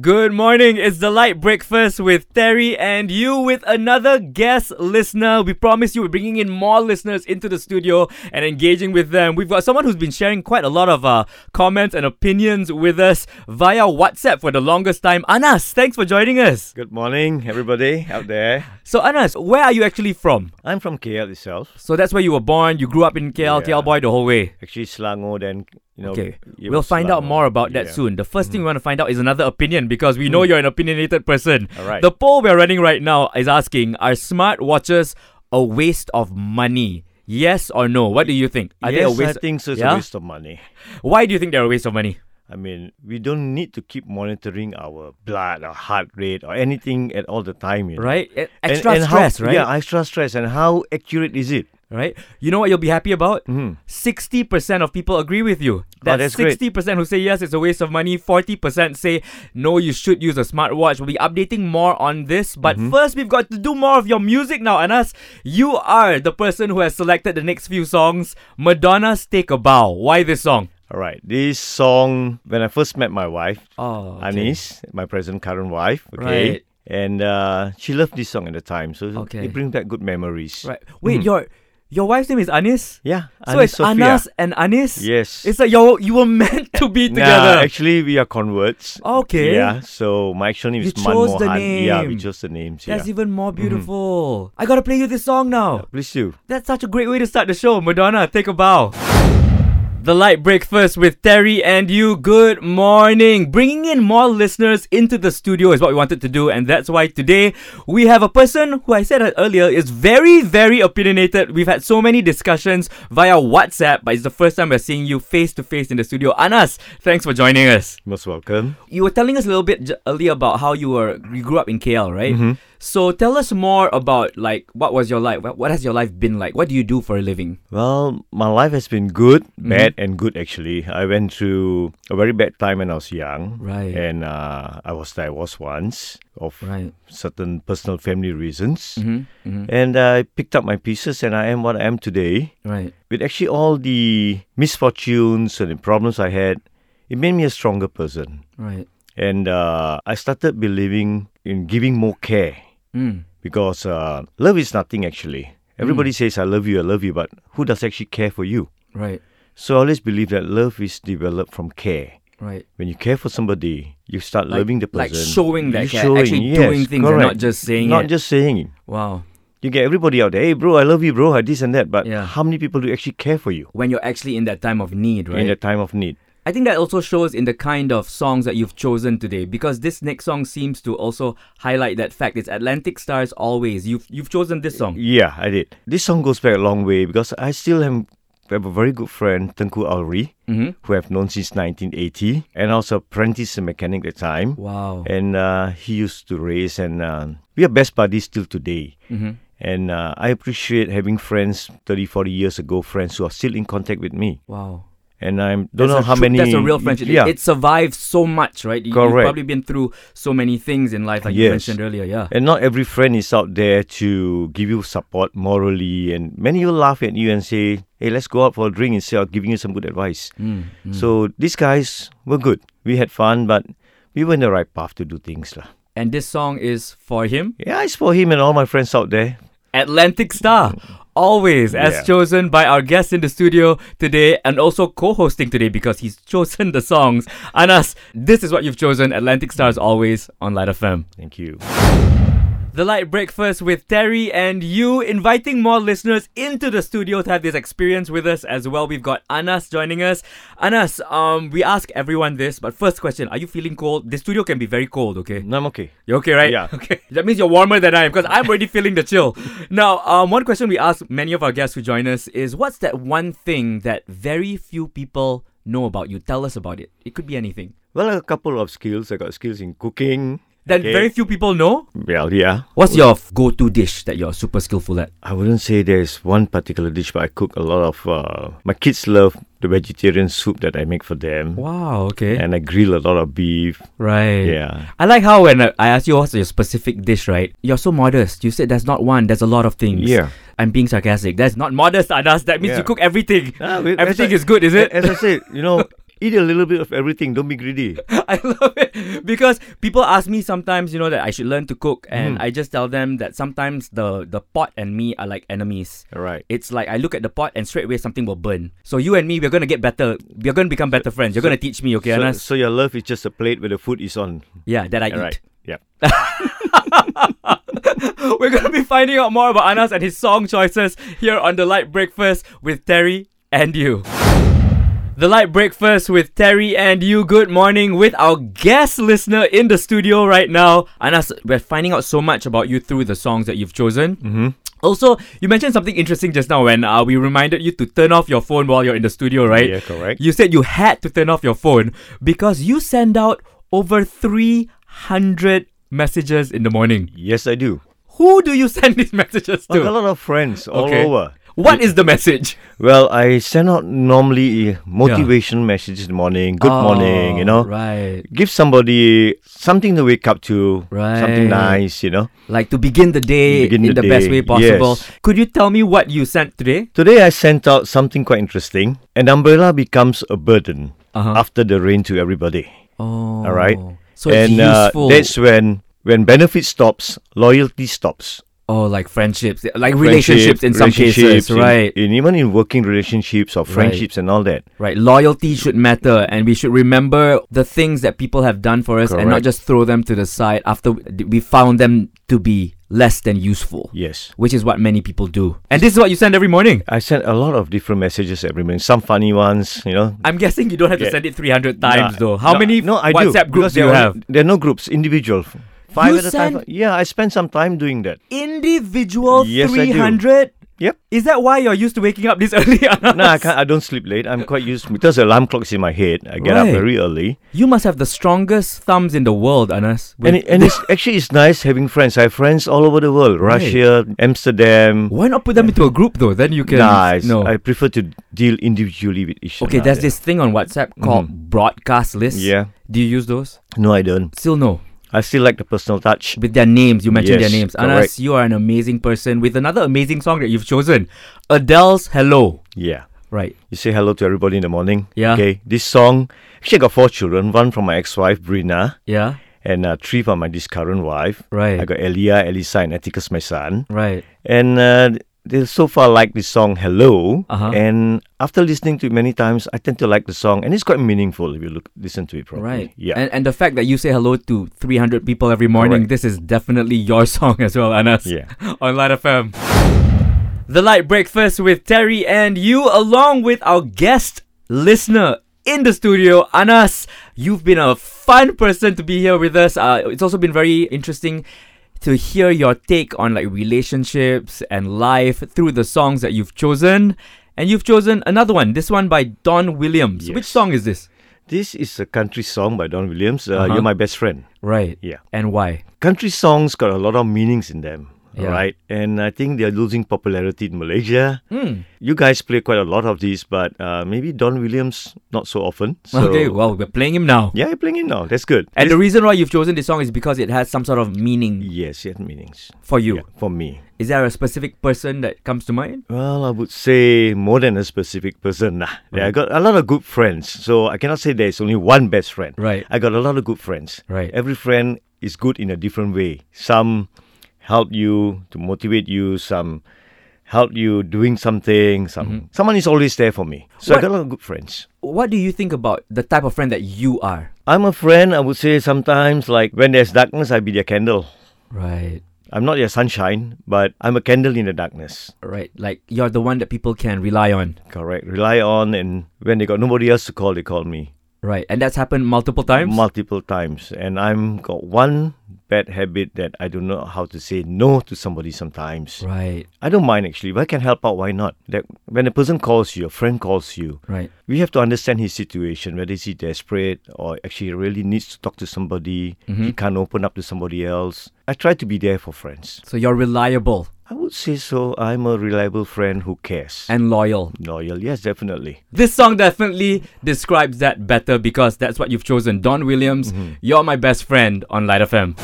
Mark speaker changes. Speaker 1: Good morning. It's the light breakfast with Terry and you with another guest listener. We promise you we're bringing in more listeners into the studio and engaging with them. We've got someone who's been sharing quite a lot of uh, comments and opinions with us via WhatsApp for the longest time. Anas, thanks for joining us.
Speaker 2: Good morning, everybody out there.
Speaker 1: So, Anas, where are you actually from?
Speaker 2: I'm from KL itself.
Speaker 1: So that's where you were born. You grew up in KL,
Speaker 2: Yeah.
Speaker 1: KL boy the whole way.
Speaker 2: Actually, Selangor, then, you know.
Speaker 1: Okay,
Speaker 2: it
Speaker 1: we'll
Speaker 2: was
Speaker 1: find out
Speaker 2: Selangor.
Speaker 1: more about that
Speaker 2: Yeah. Mm-hmm. Mm.
Speaker 1: soon. The first thing we want to find out is another opinion because we know you're an opinionated person.
Speaker 2: All right.
Speaker 1: The poll we're running right now is asking Are smartwatches a waste of money? Yes or no? What do you think? Are
Speaker 2: yes,
Speaker 1: they a waste?
Speaker 2: I think so. It's
Speaker 1: Yeah?
Speaker 2: a waste of money.
Speaker 1: Why do you think they're a waste of money?
Speaker 2: I mean, we don't need to keep monitoring our blood or heart rate or anything at all the time. You know?
Speaker 1: Right? E-
Speaker 2: And-
Speaker 1: Extra
Speaker 2: and how-
Speaker 1: stress, right?
Speaker 2: Yeah, extra stress. And how accurate is it?
Speaker 1: Right? You know what you'll be happy about?
Speaker 2: Mhm.
Speaker 1: 60% of people agree with you.
Speaker 2: Oh, that's great.
Speaker 1: 60% who say yes, it's a waste of money. 40% say no, you should use a smartwatch. We'll be updating more on this. But
Speaker 2: Mm-hmm.
Speaker 1: first, we've got to do more of your music now. Anas, you are the person who has selected the next few songs. Madonna's Take a Bow. Why this song?
Speaker 2: All right. This song, when I first met my wife,
Speaker 1: Oh,
Speaker 2: Anis, my present current wife, okay.
Speaker 1: Right.
Speaker 2: And uh, she loved this song at the time, so
Speaker 1: Okay.
Speaker 2: it brings back good memories.
Speaker 1: Right. Wait, your your wife's name is Anis?
Speaker 2: Yeah.
Speaker 1: so
Speaker 2: Mm-hmm. Anis
Speaker 1: it's
Speaker 2: Sophia.
Speaker 1: Anas and Anis?
Speaker 2: Yes.
Speaker 1: It's like you you were meant to be
Speaker 2: Nah,
Speaker 1: together.
Speaker 2: actually, we are converts.
Speaker 1: okay.
Speaker 2: Yeah. So my actual name
Speaker 1: You
Speaker 2: is Man
Speaker 1: chose the
Speaker 2: Mohan. Yeah, we
Speaker 1: name.
Speaker 2: chose the names.
Speaker 1: That's
Speaker 2: yeah.
Speaker 1: even more beautiful. I gotta play you this song now.
Speaker 2: Please do.
Speaker 1: That's such a great way to start the show. Madonna, take a bow. The light breakfast with Terry and you. Good morning. Bringing in more listeners into the studio is what we wanted to do, and that's why today we have a person who I said earlier is very, very opinionated. We've had so many discussions via WhatsApp, but it's the first time we're seeing you face to face in the studio. Anas, thanks for joining us.
Speaker 2: Most welcome.
Speaker 1: You were telling us a little bit j- earlier about how you were you grew up in KL, right? So tell us more about like what was your life? What, what has your life been like? What do you do for a living?
Speaker 2: Well, my life has been good, bad, and good actually. I went through a very bad time when I was young.
Speaker 1: Right.
Speaker 2: And uh, I was divorced once of
Speaker 1: Right.
Speaker 2: certain personal family reasons.
Speaker 1: hmm hmm
Speaker 2: And I picked up my pieces and I am what I am today.
Speaker 1: Right.
Speaker 2: With actually all the misfortunes and the problems I had, it made me a stronger person.
Speaker 1: Right.
Speaker 2: And uh, I started believing in giving more care
Speaker 1: Mm.
Speaker 2: because uh, love is nothing actually. Everybody
Speaker 1: Hmm.
Speaker 2: says, I love you, I love you, but who does actually care for you?
Speaker 1: Right.
Speaker 2: So I always believe that love is developed from care.
Speaker 1: Right.
Speaker 2: When you care for somebody, you start loving the
Speaker 1: like
Speaker 2: person.
Speaker 1: showing that
Speaker 2: You're
Speaker 1: care, actually doing things and not just saying
Speaker 2: Not
Speaker 1: it.
Speaker 2: just saying it.
Speaker 1: Wow.
Speaker 2: You get everybody out there, hey, bro, I love you, bro, this and that. But
Speaker 1: Yeah.
Speaker 2: how many people do actually care for you
Speaker 1: When you're actually in that time of need, right?
Speaker 2: in the time of need?
Speaker 1: I think that also shows in the kind of songs that you've chosen today because this next song seems to also highlight that fact. It's Atlantic Stars Always. You've you've chosen this song.
Speaker 2: Yeah, I did. This song goes back a long way because I still am, have a very good friend, Tengku Alri,
Speaker 1: Mhm.
Speaker 2: who I've known since 1980. And I was an apprentice mechanic at the time.
Speaker 1: Wow.
Speaker 2: And uh, he used to race, and uh, we are best buddies till today.
Speaker 1: Mhm.
Speaker 2: And uh, I appreciate having friends 30, 40 years ago, friends who are still in contact with me.
Speaker 1: Wow.
Speaker 2: And I don't know
Speaker 1: That's a
Speaker 2: how
Speaker 1: true-
Speaker 2: many.
Speaker 1: That's a real friendship. It-
Speaker 2: Yeah.
Speaker 1: It, survived so much, right? You, You've
Speaker 2: Correct.
Speaker 1: probably been through so many things in life, like you
Speaker 2: Yes.
Speaker 1: mentioned earlier. Yeah.
Speaker 2: and not every friend is out there to give you support morally. And many will laugh at you and say, hey, let's go out for a drink instead of giving you some good advice.
Speaker 1: Mm, mm.
Speaker 2: So these guys were good. We had fun, but we were in the right path to do things. lah.
Speaker 1: And this song is for him.
Speaker 2: Yeah, it's for him and all my friends out there.
Speaker 1: Atlantic Star, always as
Speaker 2: Yeah.
Speaker 1: chosen by our guest in the studio today, and also co-hosting today because he's chosen the songs. Anas, this is what you've chosen. Atlantic Stars, always on Light FM.
Speaker 2: Thank you.
Speaker 1: The Light Breakfast with Terry and you, inviting more listeners into the studio to have this experience with us as well. We've got Anas joining us. Anas, um, we ask everyone this, but first question: Are you feeling cold? The studio can be very cold. Mm, Okay,
Speaker 2: No, I'm okay.
Speaker 1: you okay, right?
Speaker 2: Yeah.
Speaker 1: Okay. That means you're warmer than I am because I'm already feeling the chill. Now, um, one question we ask many of our guests who join us is, what's that one thing that very few people know about you? Tell us about it. It could be anything.
Speaker 2: Well, I got a couple of skills. I got skills in cooking.
Speaker 1: That
Speaker 2: Okay.
Speaker 1: very few people know.
Speaker 2: Well, yeah.
Speaker 1: What's your f- go-to dish that you're super skillful at?
Speaker 2: I wouldn't say there's one particular dish, but I cook a lot of. Uh, my kids love the vegetarian soup that I make for them.
Speaker 1: Wow. Okay.
Speaker 2: And I grill a lot of beef.
Speaker 1: Right.
Speaker 2: Yeah.
Speaker 1: I like how when uh, I I asked you what's your specific dish, right? You're so modest. You said there's not one, there's a lot of things.
Speaker 2: Yeah.
Speaker 1: I'm being sarcastic. That's not modest, Anas. That means
Speaker 2: Yeah.
Speaker 1: you cook everything.
Speaker 2: Ah, we-
Speaker 1: everything
Speaker 2: as I-
Speaker 1: is good, is it?
Speaker 2: As I said, you know, Eat a little bit of everything. Don't be greedy.
Speaker 1: I love it because people ask me sometimes, you know, that I should learn to cook, and
Speaker 2: Mm-hmm.
Speaker 1: I just tell them that sometimes the the pot and me are like enemies.
Speaker 2: All right.
Speaker 1: It's like I look at the pot and straight away something will burn. So you and me, we're gonna get better. We're gonna become better friends. You're
Speaker 2: so-
Speaker 1: gonna teach me, okay,
Speaker 2: So,
Speaker 1: Anas?
Speaker 2: so your love is just a plate where the food is on.
Speaker 1: Yeah, that I eat.
Speaker 2: All right. Yeah.
Speaker 1: We're gonna be finding out more about Anas and his song choices here on The Light Breakfast with Terry and you. The Light Breakfast with Terry and you. Good morning with our guest listener in the studio right now. Anas, we're finding out so much about you through the songs that you've chosen. Mm-hmm. Also, you mentioned something interesting just now when uh, we reminded you to turn off your phone while you're in the studio, right?
Speaker 2: Yeah, correct.
Speaker 1: You said you had to turn off your phone because you send out over 300 messages in the morning.
Speaker 2: Yes, I do.
Speaker 1: Who do you send these messages
Speaker 2: I got a
Speaker 1: to?
Speaker 2: lot of friends all
Speaker 1: Okay.
Speaker 2: over.
Speaker 1: What is the message?
Speaker 2: Well, I send out normally eh, motivation messages in the morning, good morning, you know.
Speaker 1: Oh, Right.
Speaker 2: Give somebody something to wake up to,
Speaker 1: Right.
Speaker 2: something nice, you know.
Speaker 1: Like to begin the day
Speaker 2: Begin
Speaker 1: in the,
Speaker 2: the
Speaker 1: best way
Speaker 2: day,
Speaker 1: possible.
Speaker 2: yes.
Speaker 1: Could you tell me what you sent today?
Speaker 2: Today I sent out something quite interesting. An umbrella becomes a burden
Speaker 1: Uh-huh.
Speaker 2: after the rain to everybody.
Speaker 1: Oh.
Speaker 2: All right.
Speaker 1: So it's
Speaker 2: and
Speaker 1: useful.
Speaker 2: Uh, that's when when benefit stops, loyalty stops.
Speaker 1: oh, like friendships, like relationships
Speaker 2: Friendship,
Speaker 1: in some cases,
Speaker 2: relationships,
Speaker 1: right?
Speaker 2: In, in- even in working relationships or friendships and all that.
Speaker 1: Right, loyalty should matter, and we should remember the things that people have done for us, and not
Speaker 2: Correct.
Speaker 1: just throw them to the side after we found them to be less than useful,
Speaker 2: Yes.
Speaker 1: which is what many people do. And this is what you send every morning.
Speaker 2: I sent a lot of different messages every minute. Some funny ones, you know.
Speaker 1: I'm guessing you don't have to
Speaker 2: Yeah.
Speaker 1: send it 300 times,
Speaker 2: Nah,
Speaker 1: though. How
Speaker 2: no,
Speaker 1: many
Speaker 2: no, I do,
Speaker 1: WhatsApp groups
Speaker 2: because
Speaker 1: do you
Speaker 2: there are-
Speaker 1: have?
Speaker 2: There are no groups, individual. Five
Speaker 1: You
Speaker 2: at a time.
Speaker 1: send-
Speaker 2: Yeah, I spent some time doing that.
Speaker 1: Individual
Speaker 2: Yes, I do.
Speaker 1: 300?
Speaker 2: Yep.
Speaker 1: Is that why you're used to waking up this early?
Speaker 2: No, I can't. I don't sleep late. I'm quite used because the alarm clock's in my head. I get up
Speaker 1: Right.
Speaker 2: very early,
Speaker 1: You must have the strongest thumbs in the world, Anas.
Speaker 2: and it, and it's actually it's nice having friends. I have friends all over the world:
Speaker 1: Right.
Speaker 2: Russia, Amsterdam.
Speaker 1: Why not put them into a group, though? Then you can.
Speaker 2: Nice.
Speaker 1: No.
Speaker 2: I prefer to deal individually with each.
Speaker 1: Okay, there's
Speaker 2: another.
Speaker 1: this thing on WhatsApp called broadcast lists.
Speaker 2: Mm. Yeah.
Speaker 1: Do you use those?
Speaker 2: No, I don't.
Speaker 1: Still no.
Speaker 2: I still like the personal touch.
Speaker 1: With their names, you mentioned
Speaker 2: Yes,
Speaker 1: their names. Anas,
Speaker 2: correct.
Speaker 1: you are an amazing person with another amazing song that you've chosen. Adele's Hello.
Speaker 2: Yeah.
Speaker 1: Right.
Speaker 2: You say hello to everybody in the morning.
Speaker 1: Yeah.
Speaker 2: Okay. This song, actually, I got four children. One from my ex-wife, Brina,
Speaker 1: Yeah.
Speaker 2: and uh, three from my this current wife.
Speaker 1: Right.
Speaker 2: I got Elia, Elisa, and Atticus, my son.
Speaker 1: Right.
Speaker 2: And uh, they so far like this song, Hello.
Speaker 1: Uh-huh.
Speaker 2: And after listening to it many times, I tend to like the song. And it's quite meaningful if you look listen to it properly.
Speaker 1: Right.
Speaker 2: Yeah.
Speaker 1: And, and the fact that you say hello to 300 people every morning,
Speaker 2: Correct.
Speaker 1: this is definitely your song as well, Anas.
Speaker 2: Yeah.
Speaker 1: on Light FM. The Light Breakfast with Terry and you, along with our guest listener in the studio, Anas. You've been a fun person to be here with us. Uh, it's also been very interesting to hear your take on like relationships and life through the songs that you've chosen. And you've chosen another one, this one by Don Williams.
Speaker 2: Yes.
Speaker 1: Which song is this?
Speaker 2: This is a country song by Don Williams. Uh,
Speaker 1: Uh-huh.
Speaker 2: You're my best friend.
Speaker 1: Right.
Speaker 2: Yeah.
Speaker 1: And why?
Speaker 2: Country songs got a lot of meanings in them.
Speaker 1: Yeah.
Speaker 2: Right. And I think they're losing popularity in Malaysia.
Speaker 1: Hmm.
Speaker 2: You guys play quite a lot of these, but uh, maybe Don Williams not so often. So,
Speaker 1: okay, well, we're playing him now.
Speaker 2: yeah, you're playing it now. That's good.
Speaker 1: And
Speaker 2: This-
Speaker 1: the reason why you've chosen this song is because it has some sort of meaning
Speaker 2: yes, it had meanings.
Speaker 1: for you.
Speaker 2: Yeah, for me.
Speaker 1: Is there a specific person that comes to mind?
Speaker 2: Well, I would say more than a specific person. Nah. Yeah, I got a lot of good friends, so I cannot say there's only one best friend.
Speaker 1: Right.
Speaker 2: I got a lot of good friends.
Speaker 1: Right.
Speaker 2: Every friend is good in a different way. Some help you to motivate you, some help you doing something, some someone is always there for me. So
Speaker 1: What-
Speaker 2: I got a lot of good friends.
Speaker 1: What do you think about the type of friend that you are?
Speaker 2: I'm a friend, I would say sometimes like when there's darkness I be their candle.
Speaker 1: Right.
Speaker 2: I'm not their sunshine, but I'm a candle in the darkness.
Speaker 1: Right. Like you're the one that people can rely on.
Speaker 2: Correct. Rely on and when they got nobody else to call, they call me.
Speaker 1: Right. And that's happened multiple times.
Speaker 2: multiple times and i'm got one bad habit that i don't know how to say no to somebody sometimes
Speaker 1: right.
Speaker 2: i don't mind actually if i can help out why not that when a person calls you a friend calls you
Speaker 1: Right.
Speaker 2: we have to understand his situation whether is he desperate or actually really needs to talk to somebody he can't open up to somebody else i try to be there for friends
Speaker 1: So you're reliable
Speaker 2: i would say so i'm a reliable friend who cares
Speaker 1: and loyal.
Speaker 2: loyal yes definitely
Speaker 1: This song definitely describes
Speaker 2: Mm-hmm.
Speaker 1: that better because that's what you've chosen. Don Williams, You're My Best Friend on Light FM.